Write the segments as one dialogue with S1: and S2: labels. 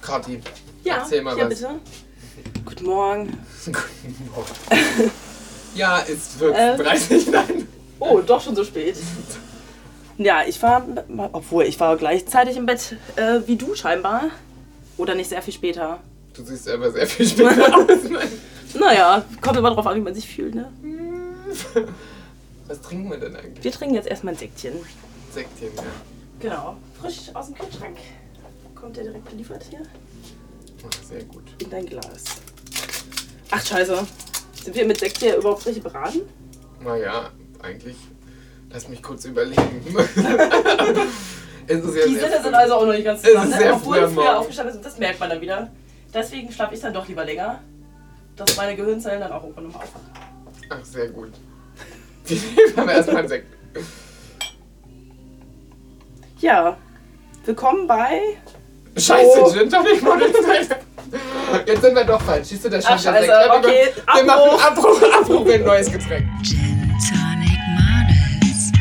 S1: Kathi,
S2: Ja,
S1: erzähl mal was.
S2: ja bitte. Guten Morgen.
S1: Guten Morgen. ja, es wird
S2: Ähm.
S1: 30, nein.
S2: Oh, doch schon so spät. Ja, ich war, obwohl ich war gleichzeitig im Bett äh, wie du scheinbar. Oder nicht sehr viel später.
S1: Du siehst aber sehr viel später aus.
S2: Naja, kommt immer drauf an, wie man sich fühlt, ne?
S1: Was trinken wir denn eigentlich?
S2: Wir trinken jetzt erstmal ein Säckchen.
S1: Sektchen, ja.
S2: Genau. Frisch aus dem Kühlschrank. Kommt der direkt geliefert hier?
S1: Ach, sehr gut.
S2: In dein Glas. Ach, scheiße. Sind wir mit Sekt hier überhaupt richtig beraten?
S1: Naja, eigentlich. Lass mich kurz überlegen. es ist ja
S2: Die
S1: sehr
S2: Sinne sind
S1: früh.
S2: also auch noch nicht ganz
S1: Es ist
S2: zusammen. Ne?
S1: sehr früh
S2: Obwohl
S1: am
S2: ich früher
S1: Morgen.
S2: aufgestanden ist, das merkt man dann wieder. Deswegen schlafe ich dann doch lieber länger, dass meine Gehirnzellen dann auch irgendwann nochmal aufwachen.
S1: Ach, sehr gut. Wir nehmen aber erstmal einen Sekt.
S2: Ja, willkommen bei.
S1: Scheiße,
S2: Oh.
S1: Gin Tonic Model Jetzt sind wir doch falsch. Siehst du, der
S2: Ach,
S1: schon der
S2: scheiße,
S1: Sekt. Ja, wir-
S2: okay,
S1: Wir machen Abbruch,
S2: Abbruch.
S1: Abbruch, wir ein neues Getränk.
S3: Gin Tonic Models.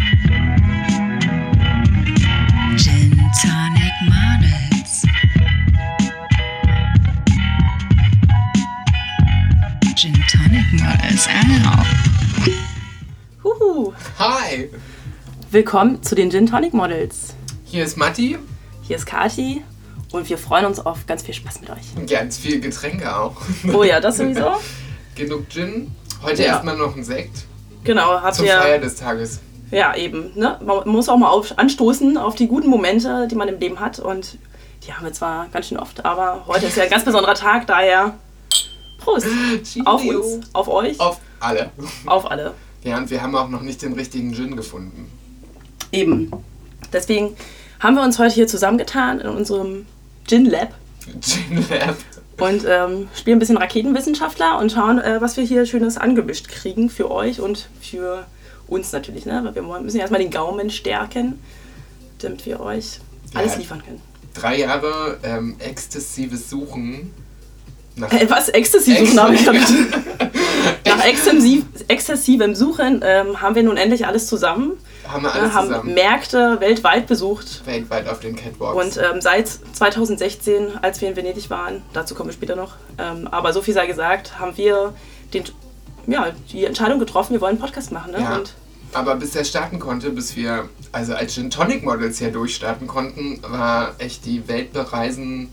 S3: Gin Tonic Models. Gin Tonic Models, ow.
S2: Huhu.
S1: Hi,
S2: Willkommen zu den Gin Tonic Models.
S1: hier ist Matti.
S2: Hier ist Kati und wir freuen uns auf ganz viel Spaß mit euch.
S1: Ganz viel Getränke auch.
S2: Oh ja, das sowieso.
S1: Genug Gin. Heute
S2: Ja.
S1: erstmal noch ein Sekt
S2: Genau, habt
S1: zur
S2: ihr.
S1: Feier des Tages.
S2: Ja, eben. Ne? Man muss auch mal auf, anstoßen auf die guten Momente, die man im Leben hat. Und die haben wir zwar ganz schön oft, aber heute ist ja ein ganz besonderer Tag, daher Prost auf uns, auf euch, auf,
S1: Auf alle.
S2: alle.
S1: Ja, und wir haben auch noch nicht den richtigen Gin gefunden.
S2: Eben. Deswegen haben wir uns heute hier zusammengetan in unserem Gin Lab
S1: Gin Lab.
S2: und ähm, spielen ein bisschen Raketenwissenschaftler und schauen, äh, was wir hier Schönes angemischt kriegen für euch und für uns natürlich. Ne? Weil wir wollen- müssen ja erstmal den Gaumen stärken, damit wir euch alles
S1: Ja.
S2: liefern können.
S1: Drei Jahre ähm, exzessives Suchen nach
S2: Äh, Was? Exzessiv suchen habe ich gedacht. Nach exzessiv, exzessivem Suchen ähm, haben wir nun endlich alles zusammen.
S1: haben wir
S2: Wir
S1: alles
S2: haben
S1: zusammen.
S2: Märkte weltweit besucht.
S1: Weltweit auf den Catwalks.
S2: Und ähm, seit 2016, als wir in Venedig waren, dazu kommen wir später noch, ähm, aber so viel sei gesagt, haben wir den, ja, die Entscheidung getroffen, wir wollen einen Podcast machen. Ne?
S1: Ja.
S2: Und
S1: Aber bis er starten konnte, bis wir also als Gin Tonic Models hier durchstarten konnten, war echt die Welt bereisen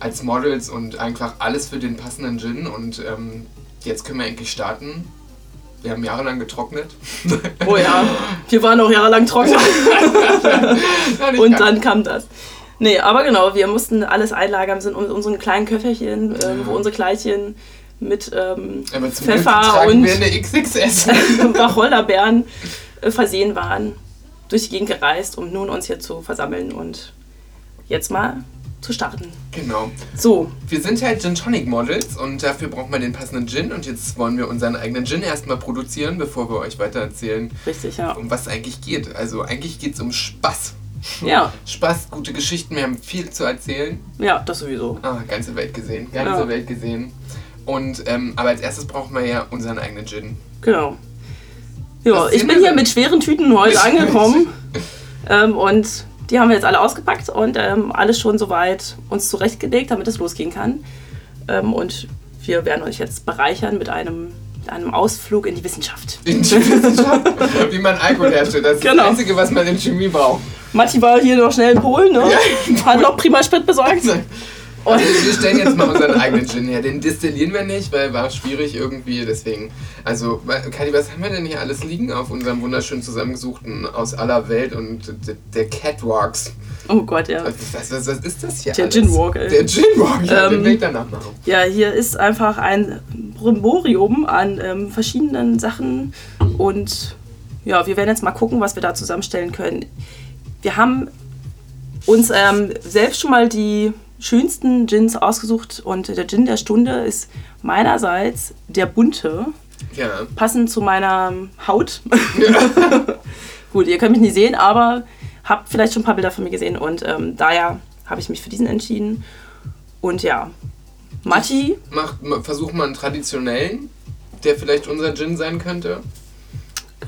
S1: als Models und einfach alles für den passenden Gin. Und ähm, jetzt können wir endlich starten. Wir haben jahrelang getrocknet.
S2: oh ja, wir waren auch jahrelang trocken
S1: Ja, nicht
S2: und
S1: ganz.
S2: dann kam das. Nee, aber genau, wir mussten alles einlagern, sind in unseren kleinen Köfferchen, ähm, wo unsere Kleidchen mit ähm,
S1: Aber Mhm. zum Glück
S2: Pfeffer
S1: tragen
S2: und
S1: wir eine XXS.
S2: Wacholderbeeren äh, versehen waren, durch die Gegend gereist, um nun uns hier zu versammeln und jetzt mal zu starten.
S1: genau.
S2: So,
S1: Wir sind halt Gin Tonic Models und dafür braucht man den passenden Gin. Und jetzt wollen wir unseren eigenen Gin erstmal produzieren, bevor wir euch weiter erzählen,
S2: richtig, ja.
S1: um was es eigentlich geht. Also eigentlich geht es um Spaß.
S2: Ja,
S1: Spaß, gute Geschichten, wir haben viel zu erzählen.
S2: ja, das sowieso.
S1: Ah, ganze Welt gesehen, ganze
S2: Ja.
S1: Welt gesehen. Und, ähm, aber als erstes brauchen wir ja unseren eigenen Gin.
S2: Genau. Ja,
S1: Das
S2: ich
S1: sehen
S2: bin
S1: wir
S2: hier
S1: dann.
S2: mit schweren Tüten heute
S1: Mit-
S2: angekommen ähm, und die haben wir jetzt alle ausgepackt und ähm, alles schon soweit uns zurechtgelegt, damit es losgehen kann. Ähm, und wir werden euch jetzt bereichern mit einem, mit einem Ausflug in die Wissenschaft.
S1: In die Wissenschaft, wie man Alkohol herstellt. Das ist
S2: Genau.
S1: das Einzige, was man in Chemie braucht.
S2: Matti war hier noch schnell in Polen, ne?
S1: Ja, in
S2: Hat noch prima Sprit besorgt. Und
S1: Also wir stellen jetzt mal unseren eigenen Gin her. Den destillieren wir nicht, weil war schwierig irgendwie. Deswegen, also, Kadi, was haben wir denn hier alles liegen auf unserem wunderschön zusammengesuchten aus aller Welt und der, der Catwalks?
S2: oh Gott, ja.
S1: Was, was, was, was ist das hier?
S2: Der
S1: alles?
S2: Ginwalk, ey.
S1: Der Ginwalk, ja, den
S2: Ähm,
S1: will ich danach machen.
S2: Ja, hier ist einfach ein Brimborium an ähm, verschiedenen Sachen und ja, wir werden jetzt mal gucken, was wir da zusammenstellen können. Wir haben uns ähm, selbst schon mal die schönsten Gins ausgesucht und der Gin der Stunde ist meinerseits der bunte,
S1: Ja.
S2: passend zu meiner ähm, Haut. Gut, ihr könnt mich nicht sehen, aber habt vielleicht schon ein paar Bilder von mir gesehen und ähm, daher habe ich mich für diesen entschieden. Und ja, Matti
S1: Mach, ma- versuch mal einen traditionellen, der vielleicht unser Gin sein könnte.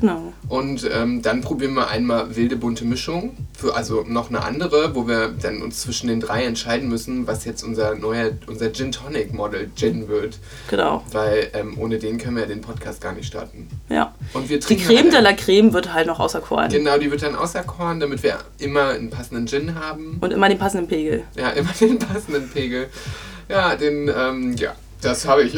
S2: Genau.
S1: Und ähm, dann probieren wir einmal wilde bunte Mischung für, also noch eine andere, wo wir dann uns zwischen den drei entscheiden müssen, was jetzt unser neuer, unser Gin Tonic Model Gin wird.
S2: Genau.
S1: Weil ähm, ohne den können wir ja den Podcast gar nicht starten.
S2: Ja.
S1: Und wir
S2: Die
S1: trinken.
S2: Creme
S1: halt-
S2: de la Creme wird halt noch außer Korn.
S1: Genau, die wird dann auserkoren, damit wir immer einen passenden Gin haben.
S2: Und immer den passenden Pegel.
S1: Ja, immer den passenden Pegel. Ja, den, ähm, ja, das habe ich.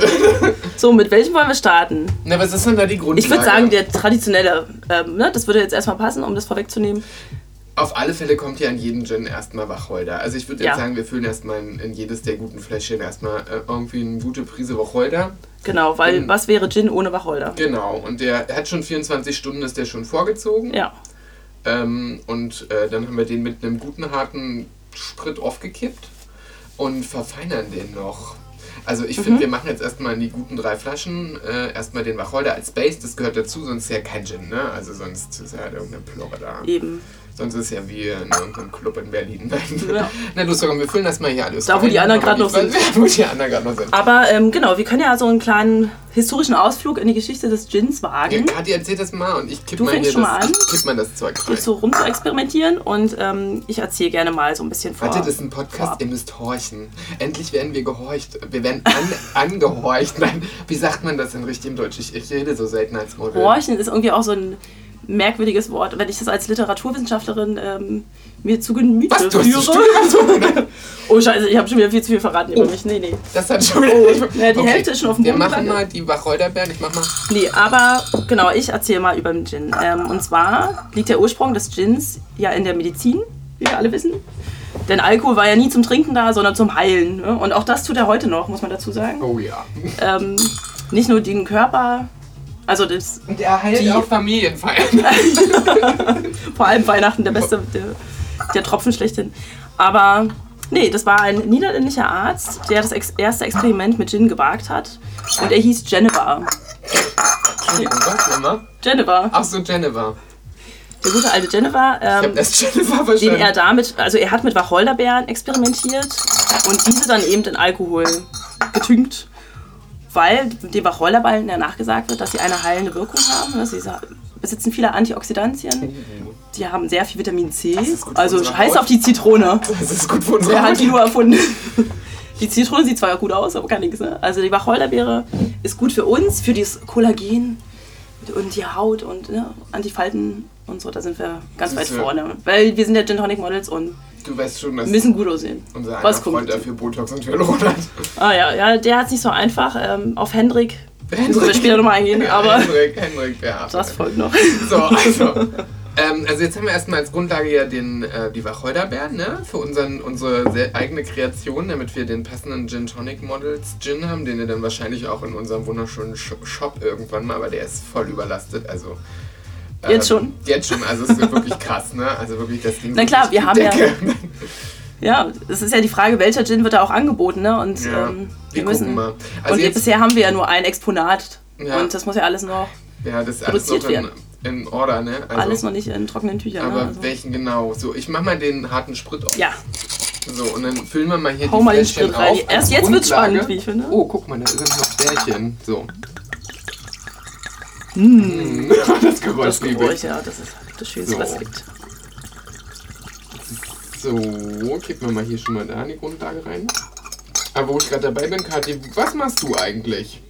S2: So, mit welchem wollen wir starten?
S1: Na, was ist denn da die Grundlage?
S2: Ich würde sagen, der traditionelle, ähm, ne, das würde jetzt erstmal passen, um das vorwegzunehmen.
S1: Auf alle Fälle kommt ja an jedem Gin erstmal Wacholder. Also ich würde jetzt
S2: Ja.
S1: sagen, wir füllen erstmal in, in jedes der guten Fläschchen erstmal äh, irgendwie eine gute Prise Wacholder.
S2: Genau, weil
S1: Mhm.
S2: was wäre Gin ohne Wacholder?
S1: Genau, und der hat schon 24 Stunden, ist der schon vorgezogen.
S2: Ja,
S1: Ähm, und äh, dann haben wir den mit einem guten harten Sprit aufgekippt und verfeinern den noch. Also ich
S2: Mhm.
S1: finde, wir machen jetzt erstmal in die guten drei Flaschen äh, erstmal den Wacholder als Base. Das gehört dazu, sonst ist ja kein Gin, ne? Also sonst ist ja halt irgendeine Plorre da.
S2: eben.
S1: Sonst ist ja wie in irgendeinem Club in Berlin.
S2: Ja.
S1: Na du, Sorgen, wir füllen das mal hier alles
S2: Da, wo
S1: rein.
S2: die anderen grad noch
S1: Ich weiß, Wo die anderen gerade noch sind.
S2: Aber ähm, genau, wir können ja so einen kleinen historischen Ausflug in die Geschichte des Gins
S1: Ja,
S2: wagen,
S1: Kathi, erzähl das mal und ich kipp
S2: hm? Du
S1: mal
S2: fängst
S1: hier
S2: schon
S1: das,
S2: mal an?
S1: ich kipp mal das Zeug rein.
S2: hier so rum zu experimentieren und ähm, ich erzähle gerne mal so ein bisschen vor.
S1: Warte, das ist ein Podcast,
S2: vorab.
S1: ihr müsst horchen. Endlich werden wir gehorcht. Wir werden an, angehorcht. Nein, wie sagt man das in richtigem Deutsch? Ich, ich rede so selten als Model.
S2: Horchen ist irgendwie auch so ein merkwürdiges Wort. Wenn ich das als Literaturwissenschaftlerin ähm, mir zu Gemüte
S1: Was, du hast das
S2: führe.
S1: Studium Oh. so
S2: Oh Scheiße, ich habe schon wieder viel zu viel verraten über mich. Nee, nee.
S1: Das hat schon wieder...
S2: Oh, Ja, die Hälfte ist schon auf dem
S1: Wir
S2: Boden
S1: machen
S2: gelandet.
S1: mal die Wacholderbeeren. Ich mach mal...
S2: Nee, aber genau, ich erzähle mal über den Gin. Ähm, und zwar liegt der Ursprung des Gins ja in der Medizin, wie wir alle wissen. Denn Alkohol war ja nie zum Trinken da, sondern zum Heilen. Ne? Und auch das tut er heute noch, muss man dazu sagen.
S1: Oh ja.
S2: Ähm, nicht nur den Körper, also das,
S1: Und er heilt
S2: Die-
S1: auch Familienfeiern.
S2: vor allem Weihnachten der beste, der, der Tropfen schlechthin. Aber nee, das war ein niederländischer Arzt, der das ex erste Experiment mit Gin gewagt hat. Und er hieß Geneva.
S1: Entschuldigung, was nochmal?
S2: Geneva.
S1: Ach so, Jennifer.
S2: Der gute alte Geneva.
S1: Ich
S2: Ähm,
S1: hab erst Jennifer
S2: den er
S1: verstanden.
S2: damit, also er hat mit Wacholderbeeren experimentiert und diese dann eben in Alkohol getünkt, weil den Wacholderbeeren ja nachgesagt wird, dass sie eine heilende Wirkung haben. Also sie besitzen viele Antioxidantien, die haben sehr viel Vitamin C,
S1: ist gut für
S2: also
S1: unsere
S2: scheiß
S1: Haut.
S2: auf die Zitrone.
S1: Das ist gut für unsere
S2: Wer hat die
S1: Haut.
S2: nur erfunden? Die Zitrone sieht zwar gut aus, aber kann nichts. Ne? Also die Wacholderbeere ist gut für uns, für das Kollagen und die Haut und ne, Antifalten und so. Da sind wir ganz weit
S1: Siehste.
S2: vorne. Weil wir sind ja Gin Tonic Models und
S1: Du weißt schon, dass
S2: müssen gut aussehen.
S1: unser einer
S2: Was kommt?
S1: Freund dafür Botox und Hyaluron hat.
S2: Ah ja, ja der hat es nicht so einfach. Ähm, auf Hendrik müssen wir
S1: Hendrik.
S2: später nochmal eingehen,
S1: Ja,
S2: aber
S1: Hendrik, Hendrik, ja.
S2: das folgt noch.
S1: So, also. Ähm, also jetzt haben wir erstmal als Grundlage ja den, äh, die Wacholderbeeren, ne? Für unseren, unsere sehr eigene Kreation, damit wir den passenden Gin Tonic Models Gin haben, den ihr dann wahrscheinlich auch in unserem wunderschönen Sh Shop irgendwann mal, aber der ist voll überlastet, also.
S2: Jetzt schon?
S1: Jetzt schon, also es ist wirklich krass, ne? Also wirklich das Ding.
S2: Na klar,
S1: geht durch
S2: wir
S1: die
S2: haben ja-
S1: Decke.
S2: Ja, es ist ja die Frage, welcher Gin wird da auch angeboten, ne? Und
S1: Ja,
S2: ähm,
S1: wir
S2: wir,
S1: gucken
S2: müssen.
S1: mal. Also
S2: und
S1: jetzt-
S2: bisher haben wir ja nur ein Exponat.
S1: Ja.
S2: Und das muss ja alles noch,
S1: Ja, das ist alles noch
S2: Produziert
S1: in,
S2: werden.
S1: in Order, ne? Also,
S2: alles noch nicht in trockenen Tüchern.
S1: aber
S2: ne? also,
S1: welchen genau? So, ich mach mal den harten Sprit auf.
S2: ja,
S1: So, und dann füllen wir mal hier
S2: Hau
S1: die
S2: mal den
S1: Fläschchen
S2: Sprit rein.
S1: auf. als
S2: Erst jetzt wird's
S1: Grundlage.
S2: spannend, wie ich finde.
S1: Oh, guck mal, da sind noch Bärchen. So. Das Geräusch,
S2: Hm. das
S1: liebe
S2: Geräusch,
S1: ich.
S2: ja, das ist das Schönste,
S1: So.
S2: was es gibt.
S1: So, kippen wir mal hier schon mal da in die Grundlage rein. Aber wo ich gerade dabei bin, Kathi, was machst du eigentlich?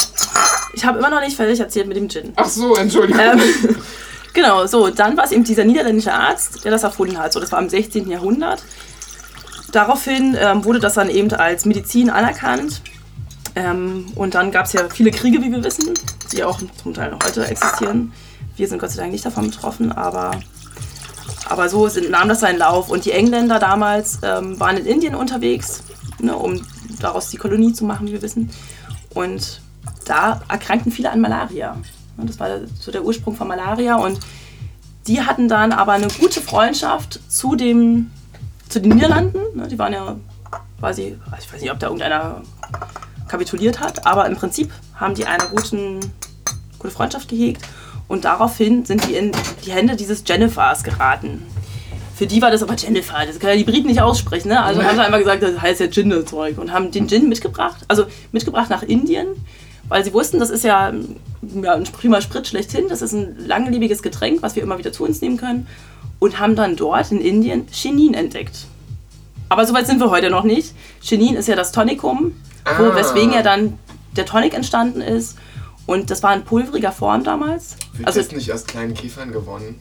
S2: Ich habe immer noch nicht fertig erzählt mit dem Gin.
S1: Ach so, Entschuldigung.
S2: Ähm, genau, so, dann war es eben dieser niederländische Arzt, der das erfunden hat. So, das war im 16. Jahrhundert. Daraufhin ähm, wurde das dann eben als Medizin anerkannt. Ähm, und dann gab es ja viele Kriege, wie wir wissen, die auch zum Teil noch heute existieren. Wir sind Gott sei Dank nicht davon betroffen, aber, aber so sind, nahm das seinen Lauf. Und die Engländer damals ähm, waren in Indien unterwegs, ne, um daraus die Kolonie zu machen, wie wir wissen. Und da erkrankten viele an Malaria. Und das war so der Ursprung von Malaria. Und die hatten dann aber eine gute Freundschaft zu, dem, zu den Niederlanden. ne, Die waren ja quasi, ich weiß nicht, ob da irgendeiner kapituliert hat, aber im Prinzip haben die eine guten, gute Freundschaft gehegt und daraufhin sind die in die Hände dieses Jennifers geraten. Für die war das aber Jennifer, das können ja die Briten nicht aussprechen, ne? Also haben sie einmal gesagt, das heißt ja Gin das Zeug und haben den Gin mitgebracht, also mitgebracht nach Indien, weil sie wussten, das ist ja, ähm, ja ein prima Sprit schlechthin, das ist ein langlebiges Getränk, was wir immer wieder zu uns nehmen können und haben dann dort in Indien Chenin entdeckt. Aber soweit sind wir heute noch nicht. Chenin ist ja das Tonikum, wo,
S1: Ah.
S2: weswegen ja dann der Tonic entstanden ist. Und das war in pulveriger Form damals.
S1: Wird
S2: Also,
S1: das nicht aus kleinen Käfern gewonnen?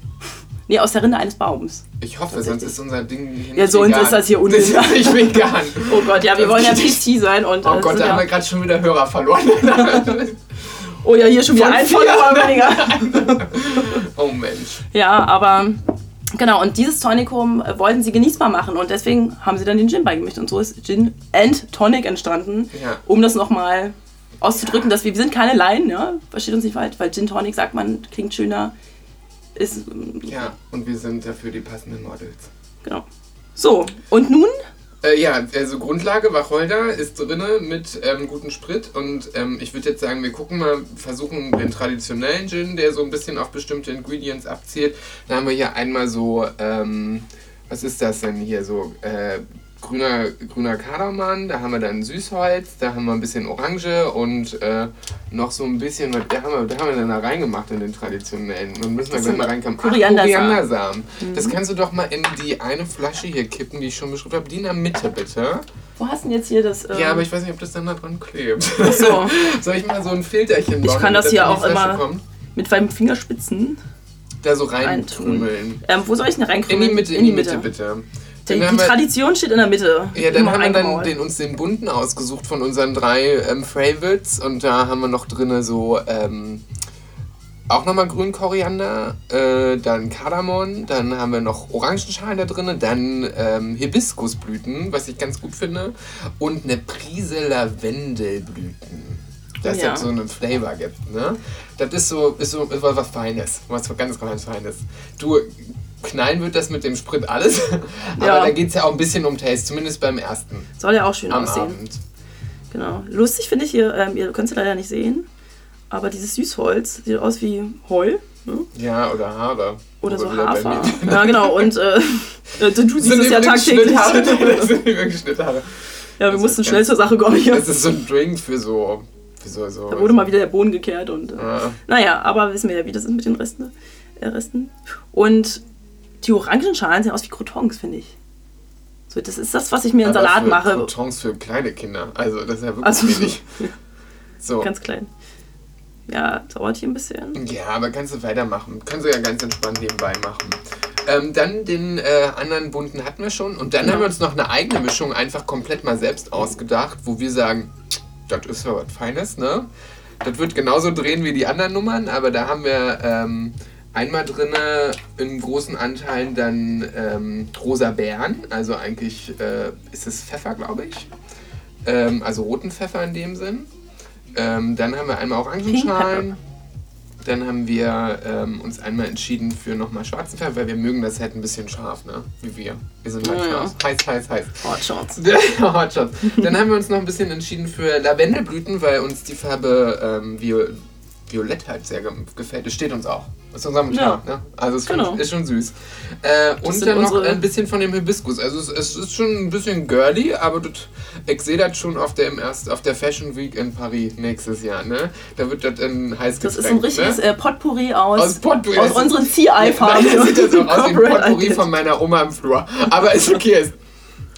S2: nee, aus der Rinde eines Baums.
S1: Ich hoffe, sonst ist unser Ding hier nicht
S2: Ja, sonst
S1: vegan.
S2: ist das hier
S1: Das
S2: unten.
S1: ist nicht vegan.
S2: Oh Gott, ja, wir
S1: Das
S2: wollen ja
S1: geht nicht.
S2: PC sein und.
S1: Oh
S2: äh,
S1: Gott,
S2: sind
S1: da haben
S2: ja,
S1: wir gerade schon wieder Hörer verloren.
S2: oh ja, hier schon wieder
S1: Von
S2: ein
S1: vier.
S2: Follower weniger.
S1: oh Mensch.
S2: Ja, aber genau, und dieses Tonikum äh, wollten sie genießbar machen und deswegen haben sie dann den Gin beigemischt und so ist Gin and Tonic entstanden,
S1: Ja.
S2: um das nochmal auszudrücken, dass wir, wir sind keine Laien, ja, versteht uns nicht falsch, weil Gin Tonic sagt man, klingt schöner, ist, mm,
S1: Ja, und wir sind dafür die passenden Models.
S2: genau. So, und nun,
S1: Äh, ja, also Grundlage Wacholder ist drinne mit ähm, gutem Sprit und ähm, ich würde jetzt sagen, wir gucken mal, versuchen den traditionellen Gin, der so ein bisschen auf bestimmte Ingredients abzielt. Da haben wir hier einmal so, ähm, was ist das denn hier so? Äh, grüner grüner Kardamom, da haben wir dann Süßholz, da haben wir ein bisschen Orange und äh, noch so ein bisschen, was da haben wir, da haben wir dann da reingemacht in den traditionellen. Und müssen wir
S2: Das
S1: gleich
S2: sind
S1: mal reinkommen. Ah, Ach,
S2: Koriandersamen.
S1: Samen.
S2: Mhm.
S1: Das kannst du doch mal in die eine Flasche hier kippen, die ich schon beschrieben habe. Die in der Mitte, bitte.
S2: wo hast du denn jetzt hier das? ähm,
S1: Ja, aber ich weiß nicht, ob das dann da dran klebt.
S2: so.
S1: Soll ich mal so ein Filterchen bauen?
S2: Ich kann
S1: damit
S2: das hier
S1: in die
S2: auch
S1: Flasche
S2: immer-
S1: Kommt?
S2: mit meinen Fingerspitzen
S1: Da so
S2: reintun.
S1: reintrümmeln.
S2: Ähm, wo soll ich denn
S1: In
S2: reinkommen?
S1: die Mitte, in die Mitte, bitte.
S2: Die,
S1: Dann
S2: die
S1: haben wir-
S2: Tradition steht in der Mitte.
S1: Ja, dann
S2: Immer
S1: haben wir dann
S2: eingemauert.
S1: den, uns den bunten ausgesucht von unseren drei ähm, Favorites und da haben wir noch drinne so ähm, auch nochmal grünen Koriander, äh, dann Kardamom, dann haben wir noch Orangenschalen da drinne, dann ähm, Hibiskusblüten, was ich ganz gut finde und eine Prise Lavendelblüten. Dass
S2: Ja.
S1: das so einen Flavor gibt, ne? Das ist so, ist so ist was, was Feines, was ganz, ganz Feines. Du, knallen wird das mit dem Sprit alles, aber
S2: Ja.
S1: da geht es ja auch ein bisschen um Taste, zumindest beim ersten.
S2: Soll ja auch schön
S1: Am
S2: aussehen.
S1: Abend.
S2: Genau. Lustig finde ich hier, ähm, ihr könnt es leider nicht sehen, aber dieses Süßholz sieht aus wie Heu ne?
S1: Ja, oder Haare.
S2: oder
S1: Wo
S2: so
S1: wir wieder bei
S2: Hafer.
S1: mir-
S2: Ja, genau. Und äh, äh, du siehst
S1: Sind
S2: es ja
S1: übrigens
S2: tagtäglich.
S1: Schnitthaare. Das
S2: Ja,
S1: sind übrigens Schnitthaare.
S2: wir
S1: Das
S2: mussten
S1: ist
S2: schnell
S1: ganz-
S2: zur Sache kommen hier.
S1: Das ist so ein Drink für so. Für so, so
S2: Da wurde mal wieder der Boden gekehrt und. Äh,
S1: Ja.
S2: Naja, aber wissen wir ja, wie das ist mit den Resten. Äh, Resten. Und die Orangenschalen sehen aus wie Crotons, finde ich. So, das ist das, was ich mir in
S1: Aber
S2: Salat
S1: für
S2: mache.
S1: Croutons für kleine Kinder. Also, das ist ja wirklich
S2: Also,
S1: wenig. So.
S2: ganz klein. Ja, dauert hier ein bisschen.
S1: Ja, aber kannst du weitermachen. Kannst du ja ganz entspannt nebenbei machen. Ähm, dann den äh, anderen bunten hatten wir schon. Und dann
S2: Genau.
S1: haben wir uns noch eine eigene Mischung einfach komplett mal selbst ausgedacht, wo wir sagen, das ist ja was Feines, ne? Das wird genauso drehen wie die anderen Nummern, aber da haben wir ähm, einmal drinne in großen Anteilen dann ähm, rosa Beeren. Also eigentlich äh, ist es Pfeffer, glaube ich. Ähm, also roten Pfeffer in dem Sinn. Ähm, dann haben wir einmal Orangenschalen. Dann haben wir ähm, uns einmal entschieden für nochmal schwarzen Pfeffer, weil wir mögen das halt ein bisschen scharf, ne? Wie wir. Wir sind halt
S2: Ja,
S1: scharf. Heiß, heiß, heiß.
S2: Hotshots.
S1: Hotshots. Dann haben wir uns noch ein bisschen entschieden für Lavendelblüten, weil uns die Farbe ähm, Viol Violett halt sehr ge- gefällt. Das steht uns auch. Ist unser Mutter, ne? Also es ist,
S2: Genau.
S1: schon, ist schon süß. Äh, und
S2: sind
S1: dann noch
S2: unsere-
S1: ein bisschen von dem Hibiskus. Also es, es ist schon ein bisschen girly, aber das, ich sehe das schon auf der, im erst, auf der Fashion Week in Paris nächstes Jahr, ne? Da wird das in heiß
S2: Das ist ein richtiges
S1: ne?
S2: äh, Potpourri aus,
S1: Aus Potpourri.
S2: aus unseren CI-Farben.
S1: Nein, das sieht jetzt auch aus wie ein Potpourri von meiner Oma im Flur. Aber ist okay, es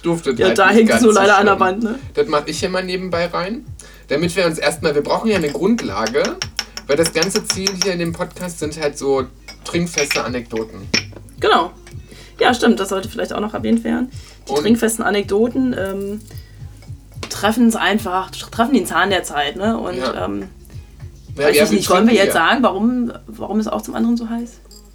S1: duftet
S2: Ja,
S1: halt
S2: da
S1: nicht
S2: hängt es
S1: ganz
S2: nur
S1: so
S2: leider an der
S1: schlimm.
S2: Wand, ne?
S1: Das mache ich hier mal nebenbei rein. Damit wir uns erstmal, wir brauchen ja eine Grundlage, weil das ganze Ziel hier in dem Podcast sind halt so trinkfeste Anekdoten.
S2: Genau. Ja, stimmt, das sollte vielleicht auch noch erwähnt werden. Die
S1: Und-
S2: trinkfesten Anekdoten ähm, treffen es einfach, treffen den Zahn der Zeit, ne? Und
S1: Ja.
S2: ähm,
S1: Ja,
S2: weiß ich nicht, wollen wir jetzt
S1: trinken
S2: sagen, warum, warum es auch zum anderen so heiß?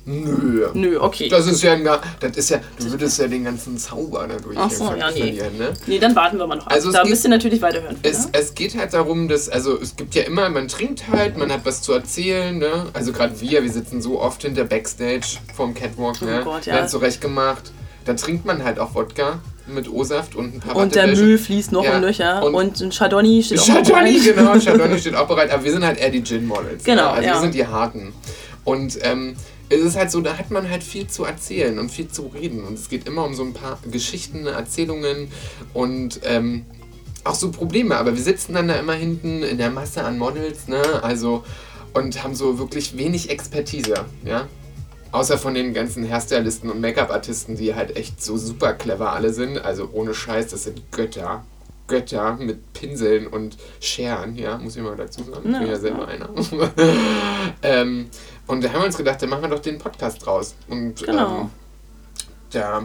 S1: hier. Nö.
S2: Nö, okay.
S1: Das ist ja ein, gar- das ist ja, du würdest ja den ganzen Zauber dadurch
S2: Ach
S1: hier
S2: so, ja, nee.
S1: verlieren, ne?
S2: nee, dann warten wir mal noch. ab.
S1: Also es
S2: da
S1: geht-
S2: müsst ihr natürlich weiterhören.
S1: Es,
S2: ja?
S1: es geht halt darum, dass, also es gibt ja immer, man trinkt halt, man hat was zu erzählen, ne? Also gerade wir, wir sitzen so oft hinter Backstage vorm Catwalk, ne?
S2: Oh Gott,
S1: Wir
S2: ja.
S1: haben zurecht gemacht. Da trinkt man halt auch Wodka mit O-Saft und ein paar
S2: Und der
S1: Wattebällchen.
S2: Müll fließt noch
S1: Ja,
S2: in Löcher
S1: und-
S2: und, ein Chardonnay steht auch noch
S1: Chardonnay,
S2: rein.
S1: genau. Chardonnay steht auch bereit. Aber wir sind halt eher die Gin-Models.
S2: Genau,
S1: Ne? Also
S2: ja.
S1: wir sind die Harten. Und ähm, es ist halt so, da hat man halt viel zu erzählen und viel zu reden. Und es geht immer um so ein paar Geschichten, Erzählungen und ähm, auch so Probleme. Aber wir sitzen dann da immer hinten in der Masse an Models, ne? Also, und haben so wirklich wenig Expertise, ja? Außer von den ganzen Hairstylisten und Make-up-Artisten, die halt echt so super clever alle sind. Also ohne Scheiß, das sind Götter. Götter mit Pinseln und Scheren, ja, muss ich mal dazu sagen. Ich
S2: Ja,
S1: bin ja selber
S2: ja.
S1: einer. ähm, und da haben wir uns gedacht, dann machen wir doch den Podcast draus. Und ähm,
S2: Genau.
S1: da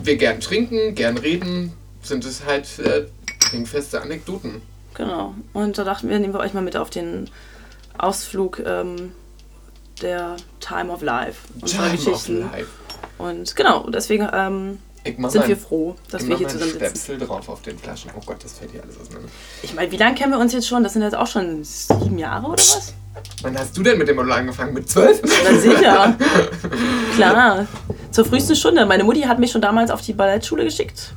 S1: wir gern trinken, gern reden, sind es halt äh, trinkfeste Anekdoten.
S2: Genau. Und da dachten wir, nehmen wir euch mal mit auf den Ausflug ähm, der Time of Life. unserer Geschichten. Und genau, deswegen ähm,
S1: Ich mach
S2: sind
S1: mal-
S2: wir froh, dass
S1: ich
S2: wir
S1: mach
S2: hier
S1: mal einen
S2: zusammen sitzen.
S1: Stöpsel drauf auf den Flaschen. Oh Gott, das fällt hier alles auseinander.
S2: Ich meine, wie lange kennen wir uns jetzt schon? Das sind jetzt auch schon sieben Jahre oder was?
S1: Wann hast du denn mit dem Model angefangen? Mit zwölf?
S2: Na sicher. Klar. Zur frühesten Stunde. Meine Mutti hat mich schon damals auf die Ballettschule geschickt.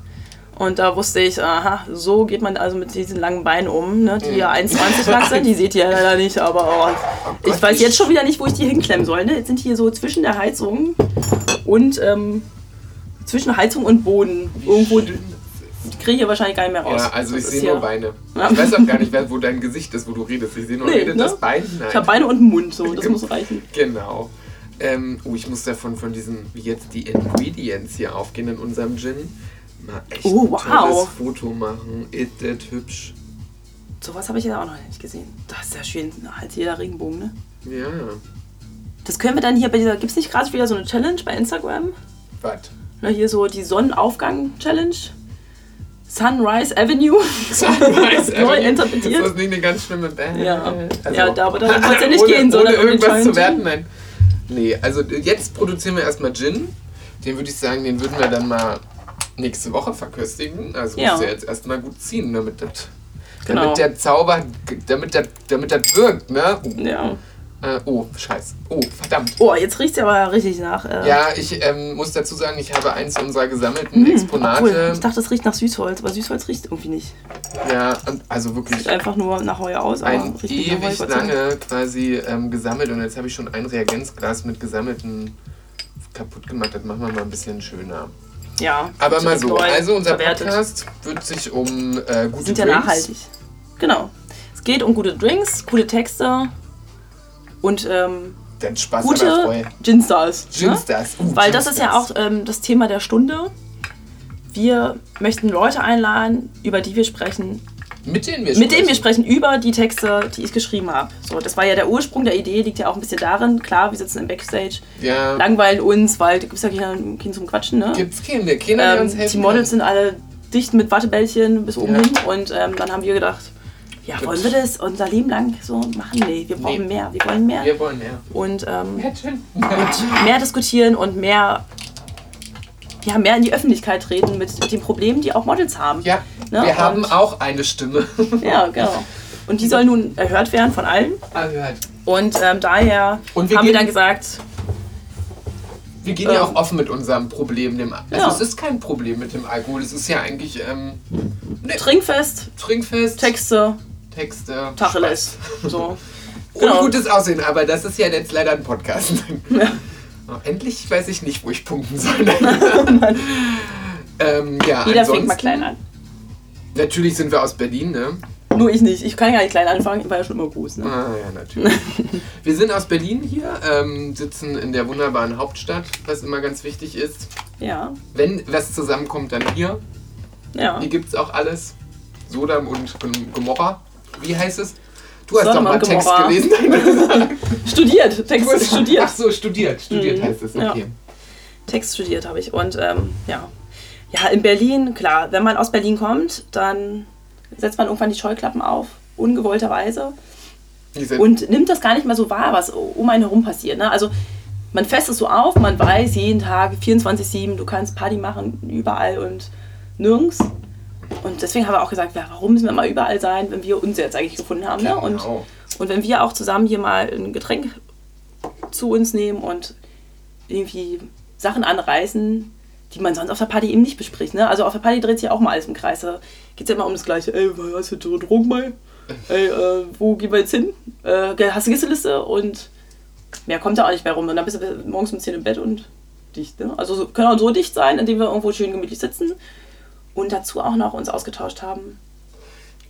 S2: Und da wusste ich, aha, so geht man also mit diesen langen Beinen um, ne, die
S1: Mhm.
S2: ja 1,20 lang sind. Die seht ihr ja leider nicht, aber oh,
S1: Gott,
S2: ich weiß
S1: ich-
S2: jetzt schon wieder nicht, wo ich die hinklemmen soll. Ne? Jetzt sind hier so zwischen der Heizung und ähm, zwischen Heizung und Boden. Irgendwo kriege ich hier wahrscheinlich gar nicht mehr raus.
S1: Ja, also
S2: Das
S1: ich
S2: ist
S1: sehe nur
S2: ja-
S1: Beine.
S2: Ja.
S1: Ich weiß auch gar nicht, wer- wo dein Gesicht ist, wo du redest. Ich sehe nur,
S2: Nee,
S1: redet
S2: ne?
S1: das Bein? Nein.
S2: Ich habe Beine und einen Mund, so, das muss reichen.
S1: Genau. Ähm, oh, ich muss davon von diesen, wie jetzt die Ingredients hier aufgehen in unserem Gin. Mal echt
S2: Oh,
S1: ein
S2: wow.
S1: tolles Foto machen. Ist das hübsch?
S2: Sowas habe ich ja auch noch nicht gesehen. Das ist ja schön, halt jeder Regenbogen, ne?
S1: Ja.
S2: Das können wir dann hier bei dieser. Gibt es nicht gerade wieder so eine Challenge bei Instagram?
S1: Was?
S2: Na, hier so die Sonnenaufgang-Challenge. Sunrise Avenue.
S1: Sunrise
S2: Neu
S1: Avenue.
S2: interpretiert.
S1: Ist Also, das nicht eine ganz schlimme Band? Also,
S2: Ja. Ja, da- aber darum soll's ja nicht
S1: ohne,
S2: gehen, sondern
S1: Ohne
S2: um den
S1: irgendwas
S2: tollen
S1: zu werten, nein. Nee, also jetzt produzieren wir erstmal Gin. Den würde ich sagen, den würden wir dann mal nächste Woche verköstigen. Also
S2: Ja.
S1: muss der jetzt erstmal gut ziehen, damit das...
S2: Genau.
S1: Damit der Zauber, damit das damit das wirkt, ne? Oh,
S2: Ja.
S1: äh, oh, scheiß. Oh, verdammt.
S2: Oh, jetzt riecht es aber richtig nach. Äh,
S1: Ja, ich ähm, muss dazu sagen, ich habe eins unserer gesammelten Exponate.
S2: Hm, Obwohl, ich dachte, es riecht nach Süßholz, aber Süßholz riecht irgendwie nicht.
S1: ja, und- also wirklich
S2: Sieht einfach nur nach Heu aus, aber
S1: ein
S2: riecht nicht nach Heu.
S1: ewig
S2: Gott sei Dank.
S1: lange quasi ähm, gesammelt und jetzt habe ich schon ein Reagenzglas mit gesammelten kaputt gemacht. Das machen wir mal ein bisschen schöner.
S2: Ja.
S1: Aber
S2: das
S1: mal
S2: ist
S1: so,
S2: neu
S1: also unser
S2: verwertet.
S1: Podcast wird sich um äh, gute Drinks,
S2: Sind ja nachhaltig. Genau. Es geht um gute Drinks, gute Texte und ähm,
S1: dann Spaß an der
S2: gute
S1: Freude.
S2: Gin-Stars. ne?
S1: Gin-Stars. Uh,
S2: Weil das ist ja auch
S1: Gin-Stars.
S2: ähm, das Thema der Stunde. Wir möchten Leute einladen, über die wir sprechen,
S1: mit denen wir
S2: mit denen wir sprechen, über die Texte, die ich geschrieben habe. So, das war ja der Ursprung der Idee, liegt ja auch ein bisschen darin. Klar, wir sitzen im Backstage,
S1: Ja.
S2: langweilen uns, weil da gibt es ja keinen keinen zum Quatschen, ne?
S1: Gibt's keine, keiner der
S2: ähm,
S1: uns helfen
S2: die Models
S1: kann.
S2: sind alle dicht mit Wattebällchen bis oben
S1: Ja.
S2: hin und ähm, dann haben wir gedacht, ja,
S1: Gibt's.
S2: wollen wir das unser Leben lang so machen? Nee, wir brauchen
S1: Nee.
S2: mehr, wir wollen mehr.
S1: Wir wollen mehr.
S2: Und ähm,
S1: Ja, schön.
S2: mehr diskutieren und mehr, ja, mehr in die Öffentlichkeit treten mit den Problemen, die auch Models haben.
S1: Ja,
S2: Ne?
S1: wir haben
S2: Und-
S1: auch eine Stimme.
S2: Ja, genau. Und die soll nun erhört werden von allen.
S1: Erhört.
S2: Und ähm, daher
S1: Und wir
S2: haben wir
S1: geben-
S2: dann gesagt,
S1: Wir gehen ja
S2: Ähm.
S1: auch offen mit unserem Problem. Dem, also
S2: Ja.
S1: es ist kein Problem mit dem Alkohol. Es ist ja eigentlich ähm,
S2: Trinkfest,
S1: Trinkfest,
S2: Texte,
S1: Texte,
S2: Tacheles. So.
S1: und
S2: Genau.
S1: gutes Aussehen. Aber das ist ja jetzt leider ein Podcast. Oh, Endlich weiß ich nicht, wo ich punkten soll. ähm, ja,
S2: Jeder
S1: ansonsten-
S2: fängt mal klein an.
S1: Natürlich sind wir aus Berlin, ne?
S2: Nur ich nicht. Ich kann ja nicht klein anfangen, ich war ja schon immer groß. Ne?
S1: Ah, ja, natürlich. Wir sind aus Berlin hier, ähm, sitzen in der wunderbaren Hauptstadt, was immer ganz wichtig ist.
S2: Ja,
S1: Wenn was zusammenkommt, dann hier.
S2: ja.
S1: Hier gibt's auch alles. Sodom und ähm, Gomorra. Wie heißt es? Du hast
S2: Sodom
S1: doch mal
S2: und
S1: Text
S2: Gomorra.
S1: gelesen. Nein,
S2: Studiert,
S1: du
S2: Text
S1: hast,
S2: studiert.
S1: Ach so, studiert. Studiert
S2: Mhm,
S1: heißt es.
S2: ja.
S1: Okay.
S2: Text studiert habe ich. Und ähm, ja. Ja, in Berlin, klar, wenn man aus Berlin kommt, dann setzt man irgendwann die Scheuklappen auf, ungewollterweise.
S1: Die sind-
S2: Und nimmt das gar nicht mehr so wahr, was um einen herum passiert. Ne? Also man fässt es so auf, man weiß jeden Tag 24-7, du kannst Party machen, überall und nirgends. Und deswegen haben wir auch gesagt, ja, warum müssen wir mal überall sein, wenn wir uns jetzt eigentlich gefunden haben. Ne? Und,
S1: Genau.
S2: und wenn wir auch zusammen hier mal ein Getränk zu uns nehmen und irgendwie Sachen anreißen, die man sonst auf der Party eben nicht bespricht. Ne? Also auf der Party dreht sich ja auch mal alles im Kreis. Da geht es ja immer um das Gleiche. Ey, hast du Drogen bei? Ey, äh, wo gehen wir jetzt hin? Äh, hast du eine Liste? Und mehr kommt da auch nicht mehr rum. Und dann bist du morgens um 10 im Bett und dicht. Ne? Also so- können auch so dicht sein, indem wir irgendwo schön gemütlich sitzen und dazu auch noch uns ausgetauscht haben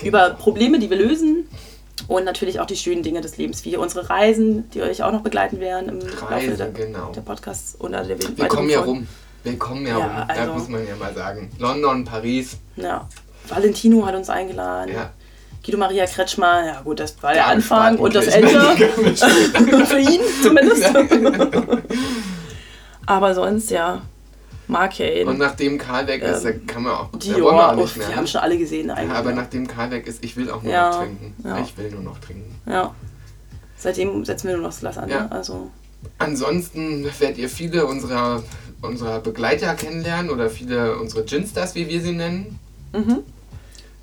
S2: über Probleme, die wir lösen Und natürlich auch die schönen Dinge des Lebens, wie unsere Reisen, die euch auch noch begleiten werden im
S1: Reisen,
S2: der,
S1: genau.
S2: der Podcasts oder der
S1: Wir kommen ja
S2: Folgen.
S1: rum. Wir kommen ja,
S2: Ja,
S1: rum.
S2: also-
S1: Das muss man ja mal sagen. London, Paris.
S2: Ja. Valentino hat uns eingeladen.
S1: Ja.
S2: Guido Maria Kretschmer, ja gut, das war der
S1: Da
S2: Anfang
S1: spart
S2: und das
S1: wirklich
S2: Ende.
S1: nicht.
S2: Für ihn zumindest. Aber sonst, ja, Markane,
S1: Und nachdem Karl weg ist, da kann man auch. da wollen wir
S2: ähm, Dior,
S1: auch
S2: uff,
S1: nicht mehr.
S2: wir
S1: ne?
S2: haben schon alle gesehen
S1: Ja,
S2: eigentlich.
S1: aber
S2: ne?
S1: nachdem Karl weg ist, ich will auch nur
S2: Ja,
S1: noch trinken.
S2: ja.
S1: Ich will nur noch trinken.
S2: ja. Seitdem setzen wir nur noch das Glas an.
S1: Ja.
S2: Ne? Also,
S1: Ansonsten werdet ihr viele unserer, unserer Begleiter kennenlernen oder viele unsere Ginsters, wie wir sie nennen,
S2: mhm.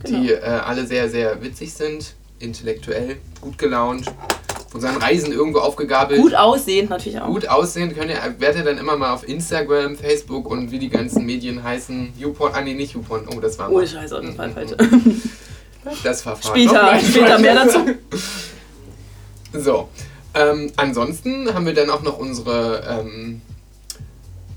S2: genau.
S1: die äh, alle sehr, sehr witzig sind, intellektuell, gut gelaunt, von seinen Reisen irgendwo aufgegabelt.
S2: Gut aussehend natürlich auch.
S1: Gut aussehen könnt ihr, werdet ihr dann immer mal auf Instagram, Facebook und wie die ganzen Medien heißen. YouPorn, ah nee, nicht YouPorn. Oh, das war
S2: Oh,
S1: mal-
S2: Scheiße, das war
S1: Mm,
S2: falsch.
S1: mm, Das war falsch.
S2: Später, später mehr dazu.
S1: So. Ähm, ansonsten haben wir dann auch noch unsere. Ähm,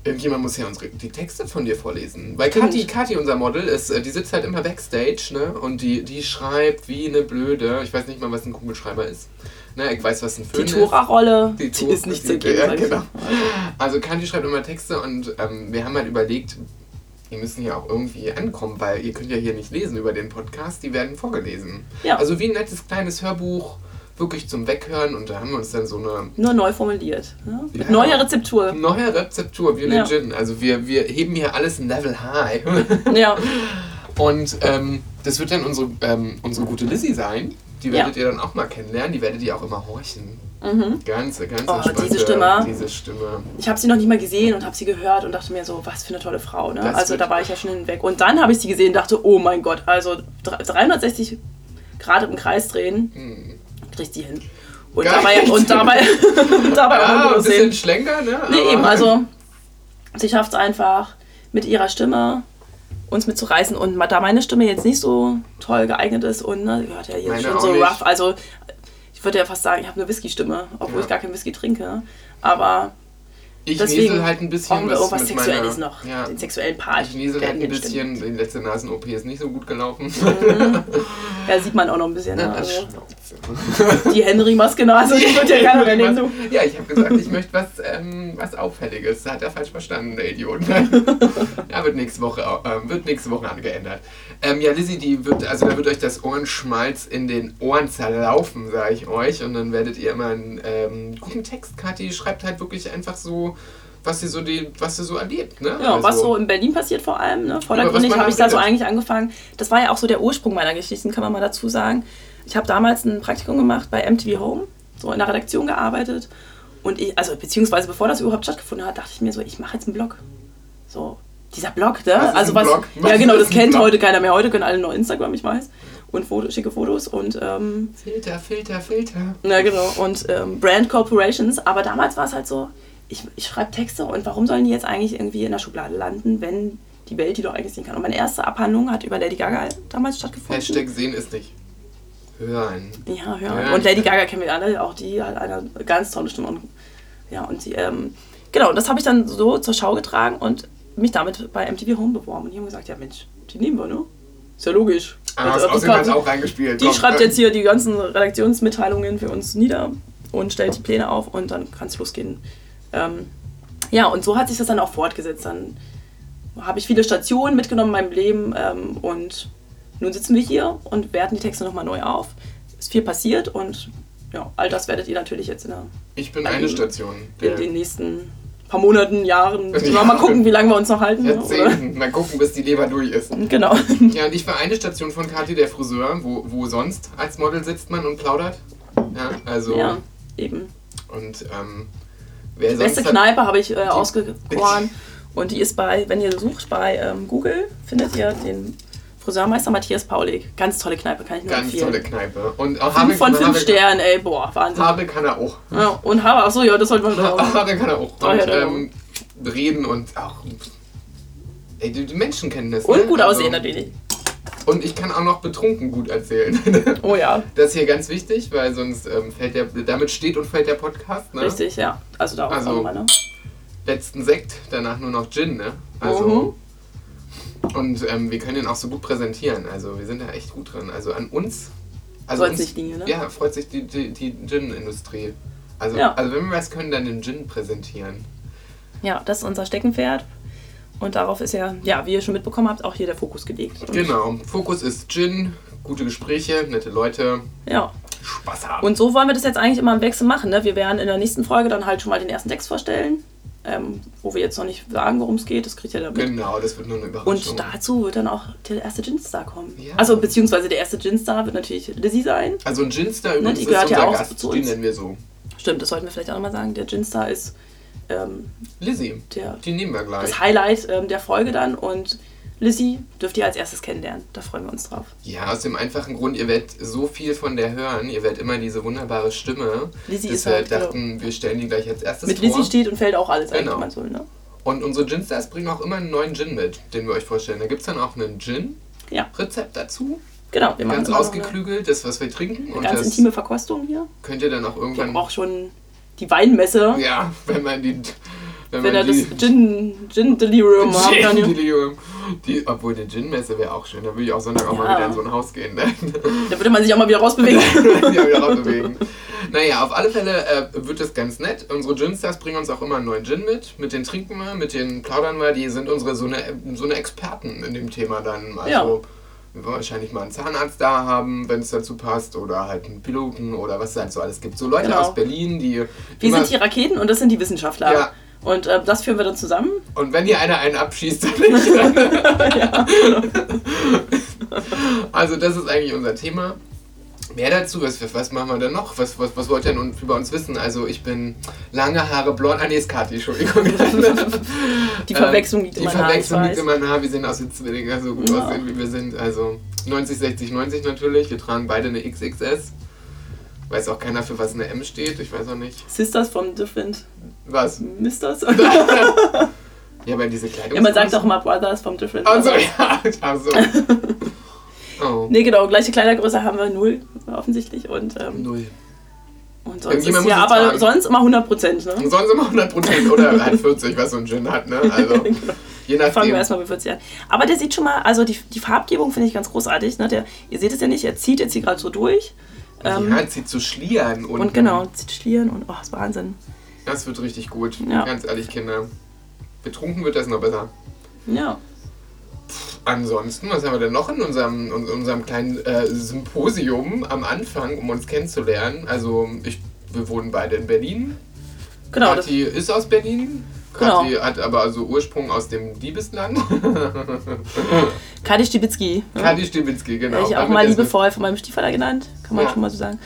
S1: irgendjemand muss ja unsere, die Texte von dir vorlesen. Weil
S2: Stimmt.
S1: Kathi, Kathi, unser Model, ist, äh, die sitzt halt immer backstage, ne? Und die, die schreibt wie eine Blöde. Ich weiß nicht mal, was ein Kugelschreiber ist. Ne, ich weiß, was ein
S2: Die
S1: Föhn ist.
S2: Tora-Rolle,
S1: Die
S2: die,
S1: Tora-
S2: ist nicht
S1: die-
S2: zu erkennen.
S1: ja,
S2: sag ich
S1: genau.
S2: mal.
S1: Also Kanti schreibt immer Texte und ähm, wir haben halt überlegt, wir müssen ja auch irgendwie ankommen, weil ihr könnt ja hier nicht lesen über den Podcast, die werden vorgelesen.
S2: Ja.
S1: Also wie ein nettes kleines Hörbuch, wirklich zum Weghören und da haben wir uns dann so eine
S2: Nur neu formuliert. Ne? Mit
S1: Ja.
S2: neuer Rezeptur.
S1: neue Rezeptur, wie
S2: Ja.
S1: ja. Gin. Also wir, wir heben hier alles ein Level high.
S2: Ja,
S1: und ähm, das wird dann unsere, ähm, unsere gute Lizzie sein. Die werdet ihr dann auch mal kennenlernen, die werdet ihr auch immer horchen. Mhm. Ganze, ganz
S2: Oh,
S1: entspannte-
S2: diese Stimme.
S1: Diese Stimme.
S2: ich habe sie noch nicht mal gesehen und habe sie gehört und dachte mir so, was für eine tolle Frau. Ne?
S1: Das
S2: Also
S1: wird-
S2: da war ich ja schon hinweg. Und dann habe ich sie gesehen und dachte, oh mein Gott, also dr- 360 Grad im Kreis drehen, kriegt sie hin. Und
S1: Mhm. Geil.
S2: dabei, und dabei, und dabei auch noch
S1: Ah,
S2: gut
S1: ein bisschen
S2: aussehen.
S1: Schlenker, ne?
S2: Nee,
S1: Aber-
S2: eben, also sie schafft es einfach mit ihrer Stimme uns mitzureißen und ma- da meine Stimme jetzt nicht so toll geeignet ist und ne, die hört ja jetzt
S1: Meine
S2: schon
S1: auch
S2: so
S1: nicht.
S2: rough, also ich würde ja fast sagen, ich habe eine Whisky-Stimme, obwohl
S1: Ja.
S2: ich gar keinen Whisky trinke, aber
S1: Ich
S2: deswegen
S1: nesel halt ein bisschen
S2: brauchen wir
S1: was mit
S2: irgendwas Sexuelles
S1: meiner...
S2: noch,
S1: Ja,
S2: den sexuellen Part.
S1: ich nesel halt
S2: der
S1: ein
S2: in den Stimmen.
S1: bisschen, die letzte Nasen-OP ist nicht so gut gelaufen.
S2: Ja, sieht man auch noch ein bisschen. Ne? Also,
S1: Schnauze.
S2: die Henry-Maske-Nase, die wird ja keiner mehr nehmen. Du.
S1: ja, ich habe gesagt, ich möchte was, ähm, was Auffälliges. Hat er falsch verstanden, der Idiot. ja, wird nächste Woche, au- ähm, wird nächste Woche angeändert. Ähm, ja, Lizzie, die wird, also da wird euch das Ohrenschmalz in den Ohren zerlaufen, sage ich euch. Und dann werdet ihr immer einen ähm, guten Text, Kathi, schreibt halt wirklich einfach so, was ihr so, die, was ihr so erlebt, ne?
S2: Ja,
S1: Also-
S2: Genau, was so in Berlin passiert vor allem. Ne? Vordergründig
S1: was man
S2: habe ich da so
S1: redet.
S2: eigentlich angefangen. Das war ja auch so der Ursprung meiner Geschichten, kann man mal dazu sagen. Ich habe damals ein Praktikum gemacht bei MTV Home, so in der Redaktion gearbeitet. Und ich, also beziehungsweise bevor das überhaupt stattgefunden hat, dachte ich mir so, ich mache jetzt einen Blog. So, dieser Blog, ne?
S1: Was ist
S2: also
S1: ein
S2: was,
S1: Blog? Was
S2: ja genau,
S1: ist
S2: das
S1: ein
S2: kennt
S1: Blog?
S2: heute keiner mehr. Heute können alle nur Instagram, ich weiß. Und Foto, schicke Fotos und ähm,
S1: Filter, Filter, Filter.
S2: ja, genau. Und ähm, Brand Corporations. Aber damals war es halt so, ich, ich schreibe Texte und warum sollen die jetzt eigentlich irgendwie in der Schublade landen, wenn die Welt die doch eigentlich sehen kann? Und meine erste Abhandlung hat über Lady Gaga damals stattgefunden.
S1: Hashtag sehen ist nicht. Hören.
S2: Ja, hören.
S1: Ja.
S2: Und Lady Gaga kennen wir alle, auch die hat eine ganz tolle Stimme. Und, ja, und sie, ähm, genau, das habe ich dann so zur Schau getragen und mich damit bei MTV Home beworben. Und die haben gesagt, ja Mensch, die nehmen wir, ne? Ist ja logisch.
S1: Aber
S2: Als
S1: aus
S2: ob das
S1: Aussehen hat
S2: kam.
S1: halt auch reingespielt.
S2: Die
S1: Komm,
S2: schreibt
S1: äh,
S2: jetzt hier die ganzen Redaktionsmitteilungen für uns nieder und stellt die Pläne auf und dann kann es losgehen. Ähm, ja, und so hat sich das dann auch fortgesetzt. Dann habe ich viele Stationen mitgenommen in meinem Leben ähm, und nun sitzen wir hier und werten die Texte nochmal neu auf. Ist viel passiert und ja, all das werdet ihr natürlich jetzt in, der,
S1: Ich bin eine Station.
S2: in
S1: Der
S2: den nächsten paar Monaten, Jahren.
S1: Ja.
S2: Mal gucken, wie lange wir uns noch halten. ne, oder?
S1: Jahrzehnten. Mal gucken, bis die Leber durch ist.
S2: Genau.
S1: Ja, und ich war eine Station von Kathi, der Friseur. Wo, wo sonst als Model sitzt man und plaudert? Ja, also.
S2: Ja, eben.
S1: Und, ähm, wer sonst.
S2: Beste
S1: hat-
S2: Kneipe habe ich äh, ausgegoren und die ist bei, wenn ihr sucht bei ähm, Google, findet ihr den Friseurmeister Matthias Paulik. Ganz tolle Kneipe, kann ich nur
S1: Ganz tolle
S2: empfehlen.
S1: Kneipe. Und auch
S2: Fünf von fünf
S1: Habeck-
S2: Sternen, ey, boah, Wahnsinn.
S1: Habeck kann er auch.
S2: Ja, und Haber, achso, ja, das sollten wir noch machen.
S1: Habeck kann er auch.
S2: Ah,
S1: Und
S2: ja, da-
S1: ähm, reden und auch. Ey, die, die Menschenkenntnis. ne?
S2: Und gut
S1: Also-
S2: aussehen natürlich.
S1: Und ich kann auch noch betrunken gut erzählen.
S2: Oh ja,
S1: Das ist hier ganz wichtig, weil sonst ähm, fällt der, damit steht und fällt der Podcast. Ne?
S2: richtig, ja. Also darauf
S1: Also-
S2: auch nochmal, ne?
S1: Letzten Sekt, danach nur noch Gin, ne? Also.
S2: Mhm.
S1: Und ähm, wir können ihn auch so gut präsentieren. Also wir sind da echt gut drin. Also an uns, Also
S2: Freut
S1: uns-
S2: sich die, ne?
S1: Ja, freut sich die, die, die Gin-Industrie. Also,
S2: Ja.
S1: also wenn wir was können, dann den Gin präsentieren.
S2: Ja, das ist unser Steckenpferd. Und darauf ist ja, ja, wie ihr schon mitbekommen habt, auch hier der Fokus gelegt. Und,
S1: Genau. Fokus ist Gin, gute Gespräche, nette Leute,
S2: Ja.
S1: Spaß haben.
S2: Und so wollen wir das jetzt eigentlich immer im Wechsel machen. Ne? Wir werden in der nächsten Folge dann halt schon mal den ersten Text vorstellen, ähm, wo wir jetzt noch nicht sagen, worum es geht. Das kriegt ihr damit.
S1: genau, das wird nur eine Überraschung.
S2: Und dazu wird dann auch der erste Ginstar kommen.
S1: Ja.
S2: Also beziehungsweise der erste Ginstar wird natürlich Lizzie sein.
S1: also ein Ginster
S2: Ne,
S1: übrigens
S2: die
S1: ist
S2: gehört
S1: unser
S2: ja auch
S1: Gast,
S2: zu
S1: den
S2: uns.
S1: nennen wir so.
S2: Stimmt, das sollten wir vielleicht auch nochmal sagen. Der Ginstar ist ähm,
S1: Lizzie,
S2: Der-
S1: die nehmen wir gleich.
S2: das Highlight ähm, der Folge dann und Lizzie dürft ihr als erstes kennenlernen. Da freuen wir uns drauf.
S1: Ja, aus dem einfachen Grund, ihr werdet so viel von der hören, ihr werdet immer diese wunderbare Stimme.
S2: Lizzie
S1: dass
S2: ist
S1: wir
S2: halt, genau.
S1: dachten, wir stellen die gleich als erstes
S2: Mit
S1: vor.
S2: Lizzie steht und fällt auch alles
S1: Genau.
S2: ein, wenn man so, ne?
S1: Und unsere Ginsters bringen auch immer einen neuen Gin mit, den wir euch vorstellen. Da gibt es dann auch ein Gin-Rezept
S2: Ja,
S1: dazu.
S2: genau. Wir
S1: Ganz
S2: immer noch
S1: ausgeklügelt, das, was wir trinken. Und
S2: Eine ganz
S1: das
S2: intime Verkostung hier.
S1: könnt ihr dann auch
S2: Wir
S1: irgendwann.
S2: haben auch schon die Weinmesse.
S1: Ja, wenn man die. Wenn,
S2: Wenn er
S1: man
S2: das
S1: die,
S2: Gin, Gin Delirium hat, dann ja.
S1: Gin-Delirium- die, obwohl die Gin-Messe wäre auch schön. Da würde ich auch Sonntag auch mal
S2: Ja.
S1: wieder in so ein Haus gehen. Ne?
S2: da würde man sich auch mal wieder rausbewegen.
S1: ja, wieder rausbewegen. Naja, auf alle Fälle äh, wird es ganz nett. Unsere Ginstars bringen uns auch immer einen neuen Gin mit. Mit denen trinken wir, mit denen plaudern wir. Die sind unsere so eine, so eine Experten in dem Thema dann. Also
S2: Ja.
S1: wir wollen wahrscheinlich mal einen Zahnarzt da haben, wenn es dazu passt. Oder halt einen Piloten oder was es halt so alles gibt. So Leute
S2: Genau.
S1: aus Berlin, die...
S2: Wir
S1: immer-
S2: sind die Raketen und das sind die Wissenschaftler.
S1: Ja.
S2: Und äh, das führen wir dann zusammen.
S1: Und wenn hier einer einen abschießt, dann nicht. also das ist eigentlich unser Thema. Mehr dazu, was, was machen wir denn noch? Was, was, was wollt ihr denn un- über uns wissen? Also ich bin lange Haare, blond, ah nee, ist Kathi, Entschuldigung. Ähm,
S2: Die Verwechslung liegt
S1: die
S2: immer nah, ich
S1: Verwechslung liegt
S2: weiß.
S1: immer nah, wir sehen aus wie Zwillinge, so gut
S2: Ja.
S1: aussehen, wie wir sind. Also 90, 60, 90 natürlich, wir tragen beide eine XXS. Weiß auch keiner, für was eine M steht, ich weiß auch nicht.
S2: Sisters from different
S1: Was?
S2: Misters.
S1: Ja, aber diese Kleidung.
S2: ja, man sagt auch immer Brothers from different
S1: Also
S2: Mothers.
S1: ja, also. Oh.
S2: Nee, genau, gleiche Kleidergröße haben wir null, offensichtlich. Und, ähm,
S1: Null.
S2: und sonst ist
S1: Irgendjemand
S2: ja
S1: muss es
S2: aber
S1: tragen.
S2: sonst immer 100 Prozent. Ne?
S1: Und sonst immer 100 Prozent oder halt 40, was so ein Gin hat, ne? Also, je
S2: Genau. Fangen
S1: nachdem.
S2: wir erstmal mit 40 an. Aber der sieht schon mal, also die, die Farbgebung finde ich ganz großartig. Ne? Der, ihr seht es ja nicht, er zieht jetzt hier gerade so durch. Ähm,
S1: ja, zieht zu schlieren und, ähm,
S2: und genau, zieht Schlieren und oh, ist Wahnsinn.
S1: Das wird richtig gut.
S2: Ja.
S1: Ganz ehrlich, Kinder. Betrunken wird das noch besser.
S2: Ja.
S1: Ansonsten, was haben wir denn noch in unserem, in unserem kleinen äh, Symposium am Anfang, um uns kennenzulernen? Also, ich, wir wohnen beide in Berlin.
S2: Genau, das,
S1: Kathi ist aus Berlin.
S2: Genau.
S1: Kathi hat aber also Ursprung aus dem Diebesland.
S2: Kadi Stibitzki. ne?
S1: Kathi Stibitzki, genau.
S2: Werde ich auch
S1: Damit
S2: mal
S1: ist-
S2: liebevoll von meinem Stiefvater genannt, kann man
S1: Ja.
S2: schon mal so sagen.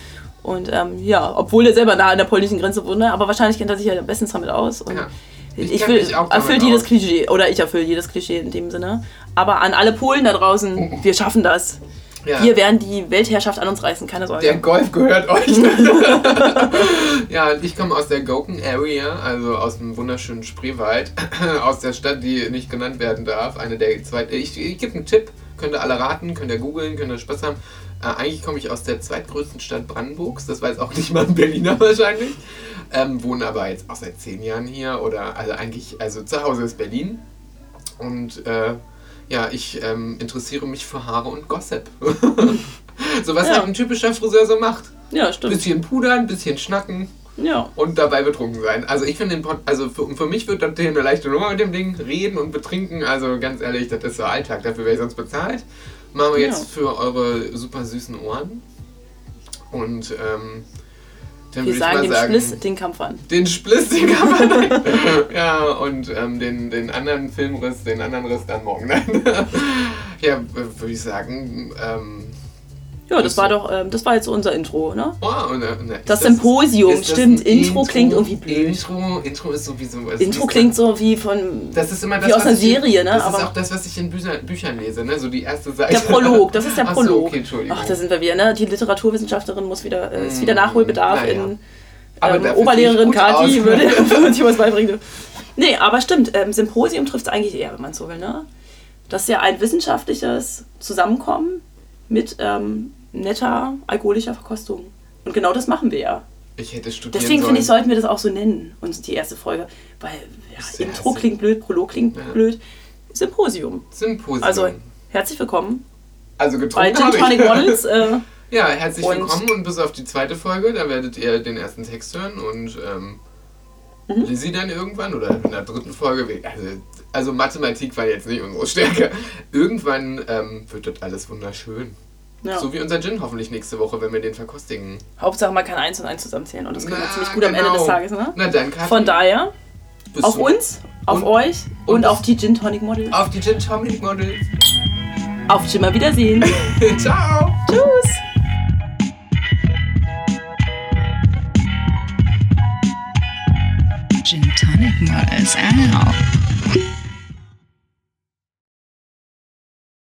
S2: Und ähm, ja, obwohl er selber nah an der polnischen Grenze wohnt, ne, aber wahrscheinlich kennt er sich ja bestens damit aus. Und
S1: Ja. Ich
S2: Ich,
S1: kenn
S2: will,
S1: mich auch damit
S2: erfüllt jedes
S1: aus.
S2: Klischee, oder ich erfülle jedes Klischee in dem Sinne. Aber an alle Polen da draußen, wir schaffen das.
S1: Ja.
S2: Wir werden die Weltherrschaft an uns reißen, keine Sorge.
S1: Der Golf gehört euch. ja, und ich komme aus der Goken Area, also aus dem wunderschönen Spreewald, aus der Stadt, die nicht genannt werden darf. Eine der zweit. Ich, ich gebe einen Tipp, könnt ihr alle raten, könnt ihr googeln, könnt ihr Spaß haben. Äh, eigentlich komme ich aus der zweitgrößten Stadt Brandenburgs, das weiß auch nicht mal ein Berliner wahrscheinlich. Ähm, wohne aber jetzt auch seit zehn Jahren hier oder also eigentlich, also zu Hause ist Berlin. Und äh, ja, ich ähm, interessiere mich für Haare und Gossip. so was
S2: Ja.
S1: halt ein typischer Friseur so macht.
S2: ja,
S1: Ein
S2: stimmt.
S1: bisschen pudern, bisschen schnacken
S2: Ja.
S1: und dabei betrunken sein. Also ich finde den Pod also für, für mich wird das hier eine leichte Nummer mit dem Ding. Reden und betrinken, also ganz ehrlich, das ist so Alltag. Dafür wäre ich sonst bezahlt. Machen wir
S2: Ja.
S1: jetzt für eure super süßen Ohren. Und ähm, dann würde
S2: Wir
S1: ich mal
S2: sagen dem
S1: sagen,
S2: Spliss den Kampf an.
S1: den Spliss, den kann man dann, Ja, und ähm, den, den anderen Filmriss, den anderen Riss dann morgen. ja, w- würde ich sagen. Ähm,
S2: Ja, das
S1: Ist so.
S2: war doch, ähm, das war jetzt so unser Intro, ne?
S1: oh, und, äh, ne, ist
S2: Das Symposium,
S1: ist das
S2: stimmt.
S1: ein
S2: Intro klingt irgendwie blöd.
S1: Intro, Intro ist sowieso. ist-
S2: Intro
S1: ist-
S2: klingt so wie von
S1: Das ist immer das,
S2: wie aus
S1: was
S2: einer
S1: ich-
S2: Serie, ne?
S1: Das ist
S2: Aber-
S1: auch das, was ich in Bücher, Büchern lese, ne? So die erste Seite.
S2: Der Prolog, das ist der
S1: Ach so,
S2: Prolog.
S1: okay, Entschuldigung.
S2: Ach, da sind wir wieder, ne? Die Literaturwissenschaftlerin muss wieder, äh, ist wieder
S1: Mm,
S2: Nachholbedarf
S1: naja.
S2: in
S1: Aber
S2: ähm,
S1: dafür
S2: Oberlehrerin
S1: sehe ich gut
S2: Kati
S1: aus.
S2: würde uns hier was beibringen. Nee, aber stimmt, ähm, Symposium trifft es eigentlich eher, wenn man so will, ne? Das ist ja ein wissenschaftliches Zusammenkommen mit ähm, netter alkoholischer Verkostung. Und genau das machen wir ja.
S1: Ich hätte studieren
S2: Deswegen
S1: sollen.
S2: finde ich, sollten wir das auch so nennen, uns die erste Folge. Weil
S1: Ist
S2: ja,
S1: ja
S2: Intro
S1: Sinn.
S2: klingt blöd, Prolog klingt
S1: Ja.
S2: blöd. Symposium.
S1: Symposium.
S2: Also, herzlich willkommen
S1: also
S2: bei
S1: getrunken
S2: Gin
S1: habe ich.
S2: Tonic Models. Äh,
S1: Ja, herzlich
S2: Und-
S1: willkommen und bis auf die zweite Folge. Da werdet ihr den ersten Text hören und ähm,
S2: Mhm.
S1: Lizzie dann irgendwann oder in der dritten Folge. wir- Also, also Mathematik war jetzt nicht unsere Stärke. Irgendwann ähm, wird das alles wunderschön.
S2: Ja.
S1: So wie unser Gin hoffentlich nächste Woche, wenn wir den verkostigen.
S2: Hauptsache, man kann eins und eins zusammenzählen und das kommt
S1: Na,
S2: ziemlich gut am Ende
S1: genau.
S2: des Tages, ne?
S1: Na dann, Kathi.
S2: Von daher,
S1: bis
S2: auf
S1: zum-
S2: uns, auf
S1: Und-
S2: euch und,
S1: und-
S2: auf die Gin Tonic Model.
S1: Auf die Gin Tonic Models.
S2: Auf Jimmer Wiedersehen.
S1: Ciao.
S2: Tschüss.
S3: Gin Tonic Models are out.